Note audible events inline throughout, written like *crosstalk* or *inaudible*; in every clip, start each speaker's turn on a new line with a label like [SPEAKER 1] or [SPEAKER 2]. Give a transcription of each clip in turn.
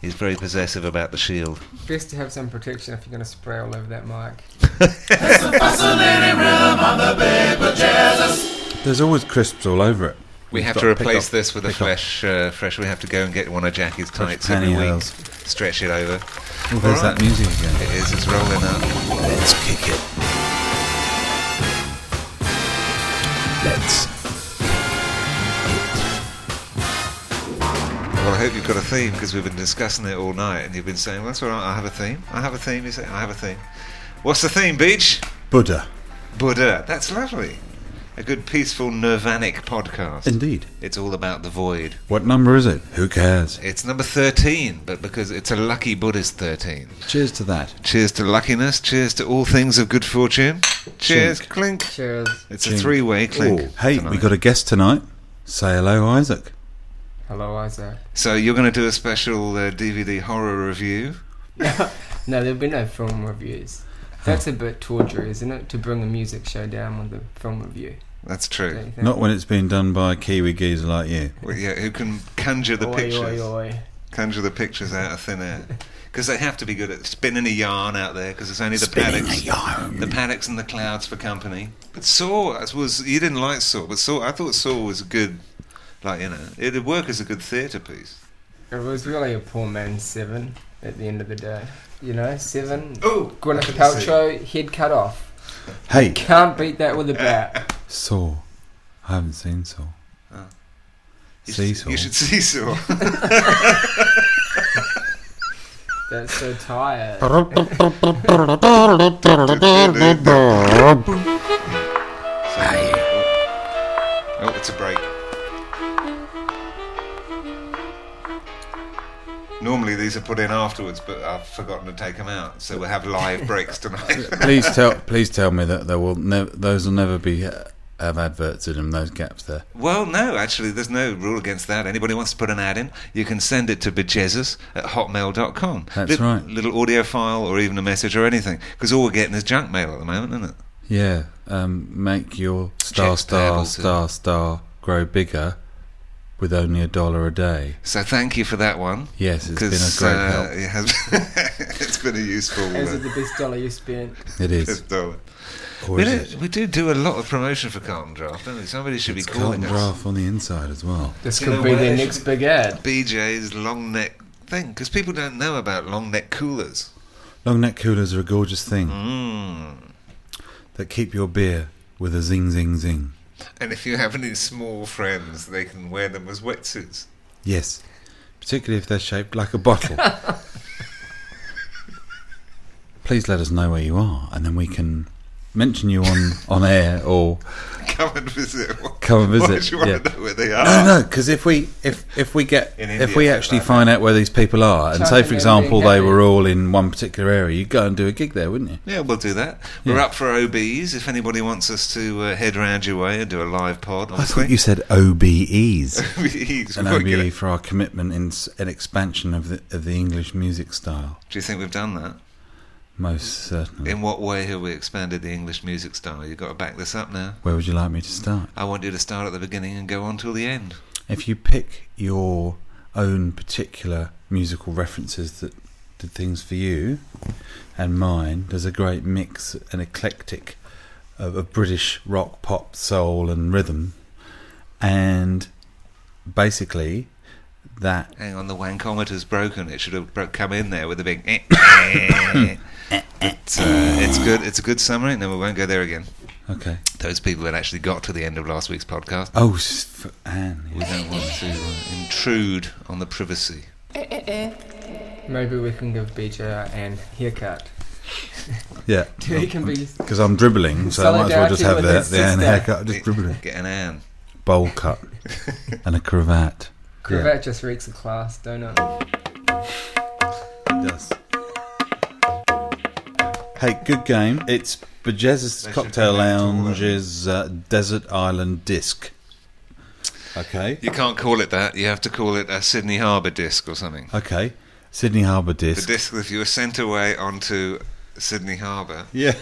[SPEAKER 1] He's very possessive about the shield.
[SPEAKER 2] Best to have some protection if you're going to spray all over that mic.
[SPEAKER 3] There's always crisps all over it.
[SPEAKER 1] We
[SPEAKER 3] We've
[SPEAKER 1] have
[SPEAKER 3] got
[SPEAKER 1] to replace
[SPEAKER 3] pick up-
[SPEAKER 1] this with a
[SPEAKER 3] pick up
[SPEAKER 1] fresh, uh, fresh. We have to go and get one of Jackie's tights every week.
[SPEAKER 3] pantyhose.
[SPEAKER 1] Stretch it over.
[SPEAKER 3] Oh, there's
[SPEAKER 1] Alright.
[SPEAKER 3] that music again.
[SPEAKER 1] It is. It's rolling up. Let's kick it.
[SPEAKER 4] Let's.
[SPEAKER 1] Well, I hope you've got a theme because we've been discussing it all night, and you've been saying, "Well, that's all right. I have a theme. I have a theme." You say, "I have a theme." What's the theme, Beach?
[SPEAKER 3] Buddha.
[SPEAKER 1] Buddha. That's lovely. A good, peaceful, nirvanic podcast.
[SPEAKER 3] Indeed.
[SPEAKER 1] It's all about the void.
[SPEAKER 3] What number is it? Who cares?
[SPEAKER 1] It's number 13, but because it's a lucky Buddhist 13.
[SPEAKER 3] Cheers to that.
[SPEAKER 1] Cheers to luckiness. Cheers to all things of good fortune. Cheers,
[SPEAKER 3] Chink.
[SPEAKER 1] clink.
[SPEAKER 2] Cheers.
[SPEAKER 1] It's a
[SPEAKER 3] Chink. Oh,
[SPEAKER 1] three way clink.
[SPEAKER 3] Hey, we
[SPEAKER 1] tonight.
[SPEAKER 3] got a guest tonight. Say hello, Isaac.
[SPEAKER 2] Hello, Isaac.
[SPEAKER 1] So you're going to do a special uh, DVD horror review.
[SPEAKER 2] No, there'll be no film reviews. That's a bit torture, isn't it? To bring a music show down with a film review.
[SPEAKER 1] That's
[SPEAKER 2] don't
[SPEAKER 1] true.
[SPEAKER 2] you think?
[SPEAKER 3] Not when it's been done by a Kiwi geezer like you.
[SPEAKER 1] Well, yeah, who can conjure the
[SPEAKER 2] Oi,
[SPEAKER 1] pictures?
[SPEAKER 2] Oi, oi.
[SPEAKER 1] Conjure the pictures out of thin
[SPEAKER 3] *laughs*
[SPEAKER 1] air. Because they have to be good at spinning a yarn out there. Because it's only the
[SPEAKER 3] Spinning
[SPEAKER 1] paddocks,
[SPEAKER 3] a yarn.
[SPEAKER 1] the paddocks and the clouds for company. But Saw as was you didn't like Saw, but Saw I thought Saw was a good, like you know, it'd work as a good theatre piece.
[SPEAKER 2] It was really a poor man's seven at the end of the day. You know, seven.
[SPEAKER 1] Oh,
[SPEAKER 2] Gwyneth Paltrow, head cut off.
[SPEAKER 3] Hey,
[SPEAKER 2] Can't beat that with a bat.
[SPEAKER 3] Saw. I haven't seen Saw.
[SPEAKER 1] Oh. You
[SPEAKER 3] See
[SPEAKER 1] should,
[SPEAKER 3] Saw.
[SPEAKER 1] You should see Saw.
[SPEAKER 2] That's so tired.
[SPEAKER 1] Oh, it's a break. Normally these are put in afterwards, but I've forgotten to take them out, so we'll have
[SPEAKER 3] *laughs*
[SPEAKER 1] live breaks tonight. *laughs*
[SPEAKER 3] please tell, please tell me that there will nev- those will never be uh, have adverts in them. Those gaps there.
[SPEAKER 1] well, no, actually, there's no rule against that. Anybody wants to put an ad in, you can send it to bejesus at hotmail.com.
[SPEAKER 3] That's
[SPEAKER 1] Lit-
[SPEAKER 3] right.
[SPEAKER 1] Little audio file or even a message or anything, because all we're getting is junk mail at the moment, isn't it?
[SPEAKER 3] Yeah, um, make your star,
[SPEAKER 1] Check
[SPEAKER 3] star,
[SPEAKER 1] payable to-
[SPEAKER 3] star, star grow bigger with only a dollar a day.
[SPEAKER 1] So thank you for that one.
[SPEAKER 3] Yes, it's been a
[SPEAKER 1] 'cause,
[SPEAKER 3] great
[SPEAKER 1] uh,
[SPEAKER 3] help.
[SPEAKER 1] It has, *laughs* it's been a useful.
[SPEAKER 2] Those
[SPEAKER 1] *laughs* uh,
[SPEAKER 2] are the best dollar you spent.
[SPEAKER 3] It
[SPEAKER 1] *laughs*
[SPEAKER 3] is.
[SPEAKER 1] dollar.
[SPEAKER 3] Or
[SPEAKER 1] We
[SPEAKER 3] is
[SPEAKER 1] do,
[SPEAKER 3] it?
[SPEAKER 1] we do do a lot of promotion for Carlton Draft, don't we? Somebody should
[SPEAKER 3] It's
[SPEAKER 1] be calling
[SPEAKER 3] Carlton
[SPEAKER 1] us.
[SPEAKER 3] Draft on the inside as well.
[SPEAKER 2] This
[SPEAKER 1] You know
[SPEAKER 2] could be
[SPEAKER 1] what?
[SPEAKER 2] their next big ad.
[SPEAKER 1] BJ's long neck thing, because people don't know about long neck coolers.
[SPEAKER 3] Long neck coolers are a gorgeous thing
[SPEAKER 1] Mm.
[SPEAKER 3] that keep your beer with a zing, zing, zing.
[SPEAKER 1] And if you have any small friends, they can wear them as wetsuits. *laughs*
[SPEAKER 3] Yes, particularly if they're shaped like a bottle. Please let us know where you are, and then we can mention you on, on air or
[SPEAKER 1] Come and visit.
[SPEAKER 3] Come and
[SPEAKER 1] Why
[SPEAKER 3] visit,
[SPEAKER 1] do you want
[SPEAKER 3] yeah.
[SPEAKER 1] to know where they
[SPEAKER 3] no,
[SPEAKER 1] are?
[SPEAKER 3] no. Because if we if if we get
[SPEAKER 1] In
[SPEAKER 3] if
[SPEAKER 1] India,
[SPEAKER 3] we
[SPEAKER 1] it's
[SPEAKER 3] actually
[SPEAKER 1] like that.
[SPEAKER 3] find out where these people are, and say
[SPEAKER 2] Something
[SPEAKER 3] for example
[SPEAKER 2] they're
[SPEAKER 3] they
[SPEAKER 2] doing,
[SPEAKER 3] were all in one particular area, you'd go and do a gig there, wouldn't you?
[SPEAKER 1] Yeah, we'll do that. We're
[SPEAKER 3] Yeah.
[SPEAKER 1] up for OBs if anybody wants us to uh, head round your way and do a live pod.
[SPEAKER 3] I
[SPEAKER 1] Obviously.
[SPEAKER 3] thought you said OBEs.
[SPEAKER 1] *laughs* OBs.
[SPEAKER 3] An
[SPEAKER 1] We've got to get
[SPEAKER 3] OBE
[SPEAKER 1] it.
[SPEAKER 3] for our commitment in s- an expansion of the of the English music style,
[SPEAKER 1] Do you think we've done that?
[SPEAKER 3] most certainly.
[SPEAKER 1] In what way have we expanded the English music style? You've got to back this up now.
[SPEAKER 3] Where would you like me to start?
[SPEAKER 1] I want you to start at the beginning and go on till the end.
[SPEAKER 3] If you pick your own particular musical references that did things for you and mine, there's a great mix, an eclectic uh, of, of British rock, pop, soul, and rhythm. And basically, that
[SPEAKER 1] Hang on, the wankometer's broken. It should have bro- come in there with a big. eh, eh. But, uh, it's good. It's a good summary, and then we won't go there again.
[SPEAKER 3] okay.
[SPEAKER 1] Those people that actually got to the end of last week's podcast,
[SPEAKER 3] Oh, s- for Anne,
[SPEAKER 1] we don't want to uh, intrude on the privacy.
[SPEAKER 2] Maybe we can give BJ an haircut. *laughs*
[SPEAKER 3] yeah,
[SPEAKER 2] He can be.
[SPEAKER 3] because I'm dribbling, so I might as well just have the,
[SPEAKER 2] Solidarity with
[SPEAKER 3] the Anne
[SPEAKER 2] his sister.
[SPEAKER 3] haircut, just dribbling,
[SPEAKER 1] Get an Anne.
[SPEAKER 3] bowl
[SPEAKER 2] *laughs*
[SPEAKER 3] cut, and a cravat.
[SPEAKER 2] Cravat just reeks of class, don't it?
[SPEAKER 3] Um, does. Hey, good game. It's Bejez's
[SPEAKER 1] They should
[SPEAKER 3] Cocktail
[SPEAKER 1] go back to all of them.
[SPEAKER 3] Lounge's uh, Desert Island Disc. Okay.
[SPEAKER 1] You can't call it that. You have to call it a Sydney Harbour disc or something.
[SPEAKER 3] Okay. Sydney Harbour
[SPEAKER 1] The
[SPEAKER 3] Disc.
[SPEAKER 1] disc, if you were sent away onto Sydney Harbour,
[SPEAKER 3] yeah.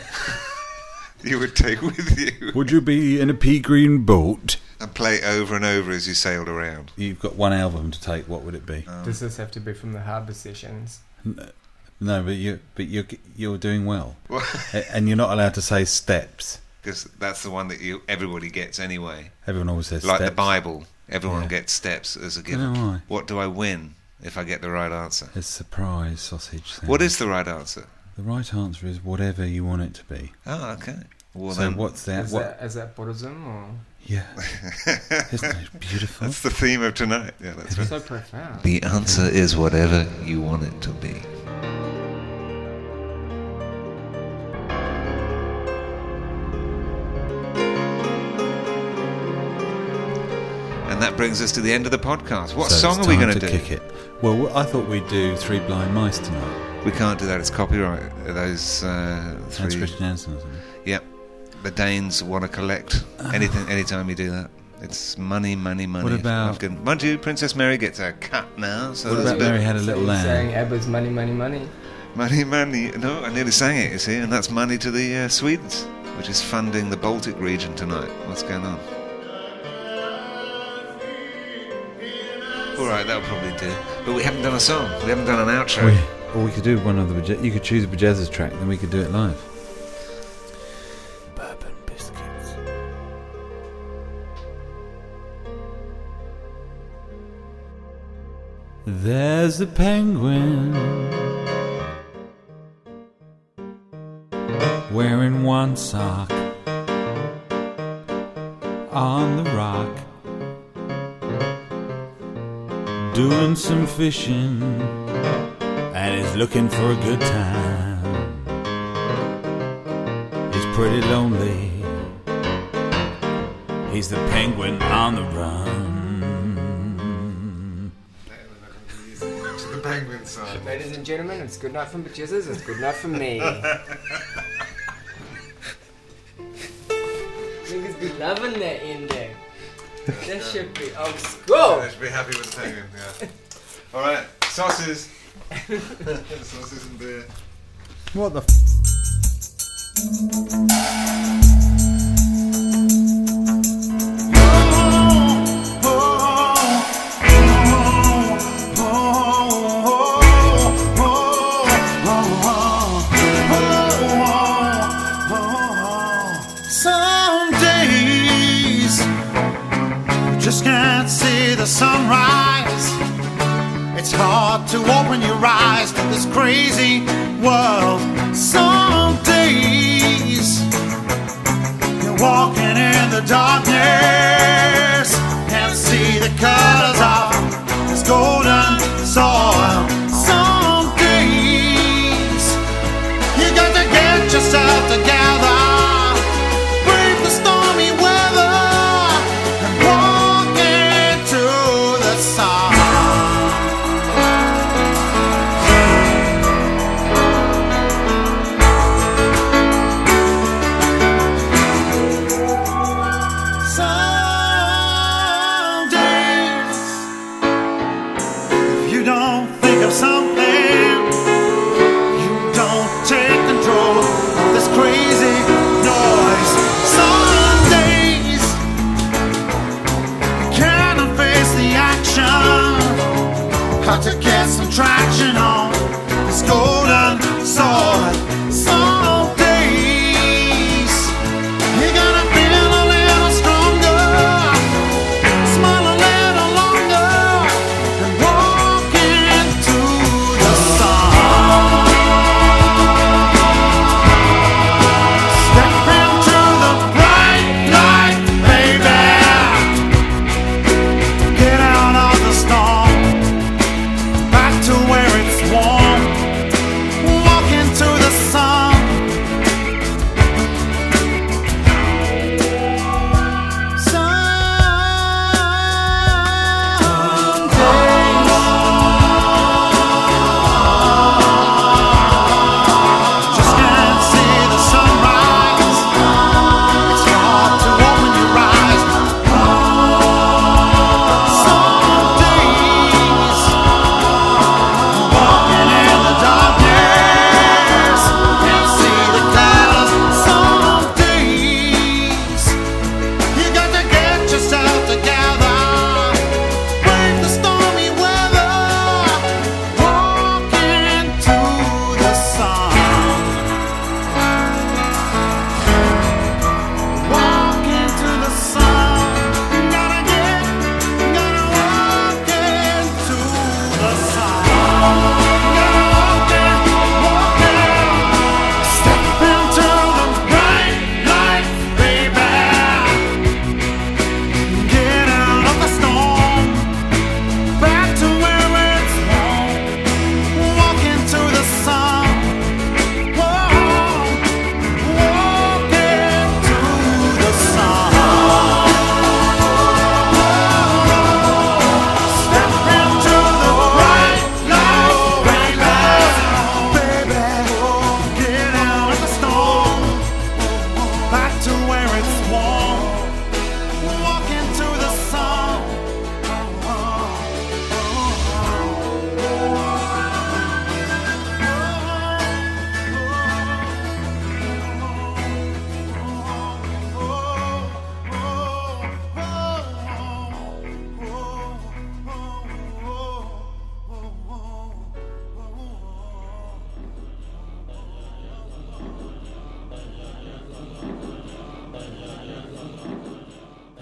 [SPEAKER 1] you would take *laughs* with you.
[SPEAKER 3] Would you be in a pea green boat?
[SPEAKER 1] and play it over and over as you sailed around.
[SPEAKER 3] You've got one album to take. What would it be?
[SPEAKER 1] Um,
[SPEAKER 2] Does this have to be from the harbour sessions?
[SPEAKER 3] No, but you but you're you're
[SPEAKER 1] *laughs*
[SPEAKER 3] doing well,
[SPEAKER 1] Well-
[SPEAKER 3] A- and you're not allowed to say steps.
[SPEAKER 1] because that's the one that you everybody gets anyway.
[SPEAKER 3] Everyone always says
[SPEAKER 1] Like
[SPEAKER 3] steps.
[SPEAKER 1] the Bible, everyone
[SPEAKER 3] Yeah.
[SPEAKER 1] gets steps as a
[SPEAKER 3] I don't
[SPEAKER 1] given.
[SPEAKER 3] know why.
[SPEAKER 1] What do I win if I get the right answer?
[SPEAKER 3] It's surprise sausage. Thing.
[SPEAKER 1] What is the right answer?
[SPEAKER 3] the right answer? Is whatever you want it to be.
[SPEAKER 1] Oh, okay. Well,
[SPEAKER 3] so
[SPEAKER 1] then,
[SPEAKER 3] what's that?
[SPEAKER 2] is,
[SPEAKER 3] What?
[SPEAKER 2] that, is that Buddhism or
[SPEAKER 1] *laughs*
[SPEAKER 3] Yeah, isn't it beautiful?
[SPEAKER 1] that's the theme of tonight. Yeah, that's right.
[SPEAKER 2] so profound?
[SPEAKER 1] The answer is whatever you want it to be. And that brings us to the end of the podcast. What
[SPEAKER 3] So
[SPEAKER 1] song
[SPEAKER 3] it's
[SPEAKER 1] are we
[SPEAKER 3] time
[SPEAKER 1] going to do?
[SPEAKER 3] Kick it. Well, I thought we'd do Three Blind Mice tonight.
[SPEAKER 1] We can't do that. It's copyright. Those uh,
[SPEAKER 3] That's
[SPEAKER 1] three.
[SPEAKER 3] Christian Anderson. isn't it?
[SPEAKER 1] Yep. The Danes want to collect anything. Anytime you do that, it's money, money, money.
[SPEAKER 3] Ah. What about-
[SPEAKER 1] Afghan- Mind you, Princess Mary gets a cut now. So
[SPEAKER 3] What
[SPEAKER 1] there's a
[SPEAKER 3] about
[SPEAKER 1] bit-
[SPEAKER 3] Mary Had a
[SPEAKER 2] So
[SPEAKER 3] Little
[SPEAKER 2] you're
[SPEAKER 3] Lamb?
[SPEAKER 2] Saying Abba's money, money, money.
[SPEAKER 1] Money, money. No, I nearly sang it, you see, and that's money to the uh, Swedes, which is funding the Baltic region tonight. What's going on? All right, that'll probably do. But we haven't done a song. We haven't done an outro.
[SPEAKER 3] We, or we could do one of the Baje- you could choose a Bajezza's track, then we could do it live. Bourbon biscuits. There's a penguin wearing one sock on the rock, doing some fishing and is looking for a good time. He's pretty lonely. He's the penguin on the run.
[SPEAKER 1] the penguin song.
[SPEAKER 2] Ladies and gentlemen, it's good night from Bajizas, it's good night from
[SPEAKER 3] *laughs*
[SPEAKER 2] me. Niggas be loving that ending.
[SPEAKER 3] *laughs*
[SPEAKER 2] That should be old school.
[SPEAKER 1] should be happy with the penguin, yeah. All right, sauces. *laughs* sauces and beer.
[SPEAKER 3] What the f-
[SPEAKER 5] Some days you just can't see the sunrise. It's hard to open your eyes to this crazy world. Some days you're walking in the darkness, can't see the colors of this golden soil. Some days you got to get yourself together. Brave the stormy weather and walk into the sun. Some days Oh, oh,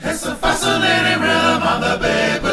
[SPEAKER 5] It's the fascinating rhythm of the baby.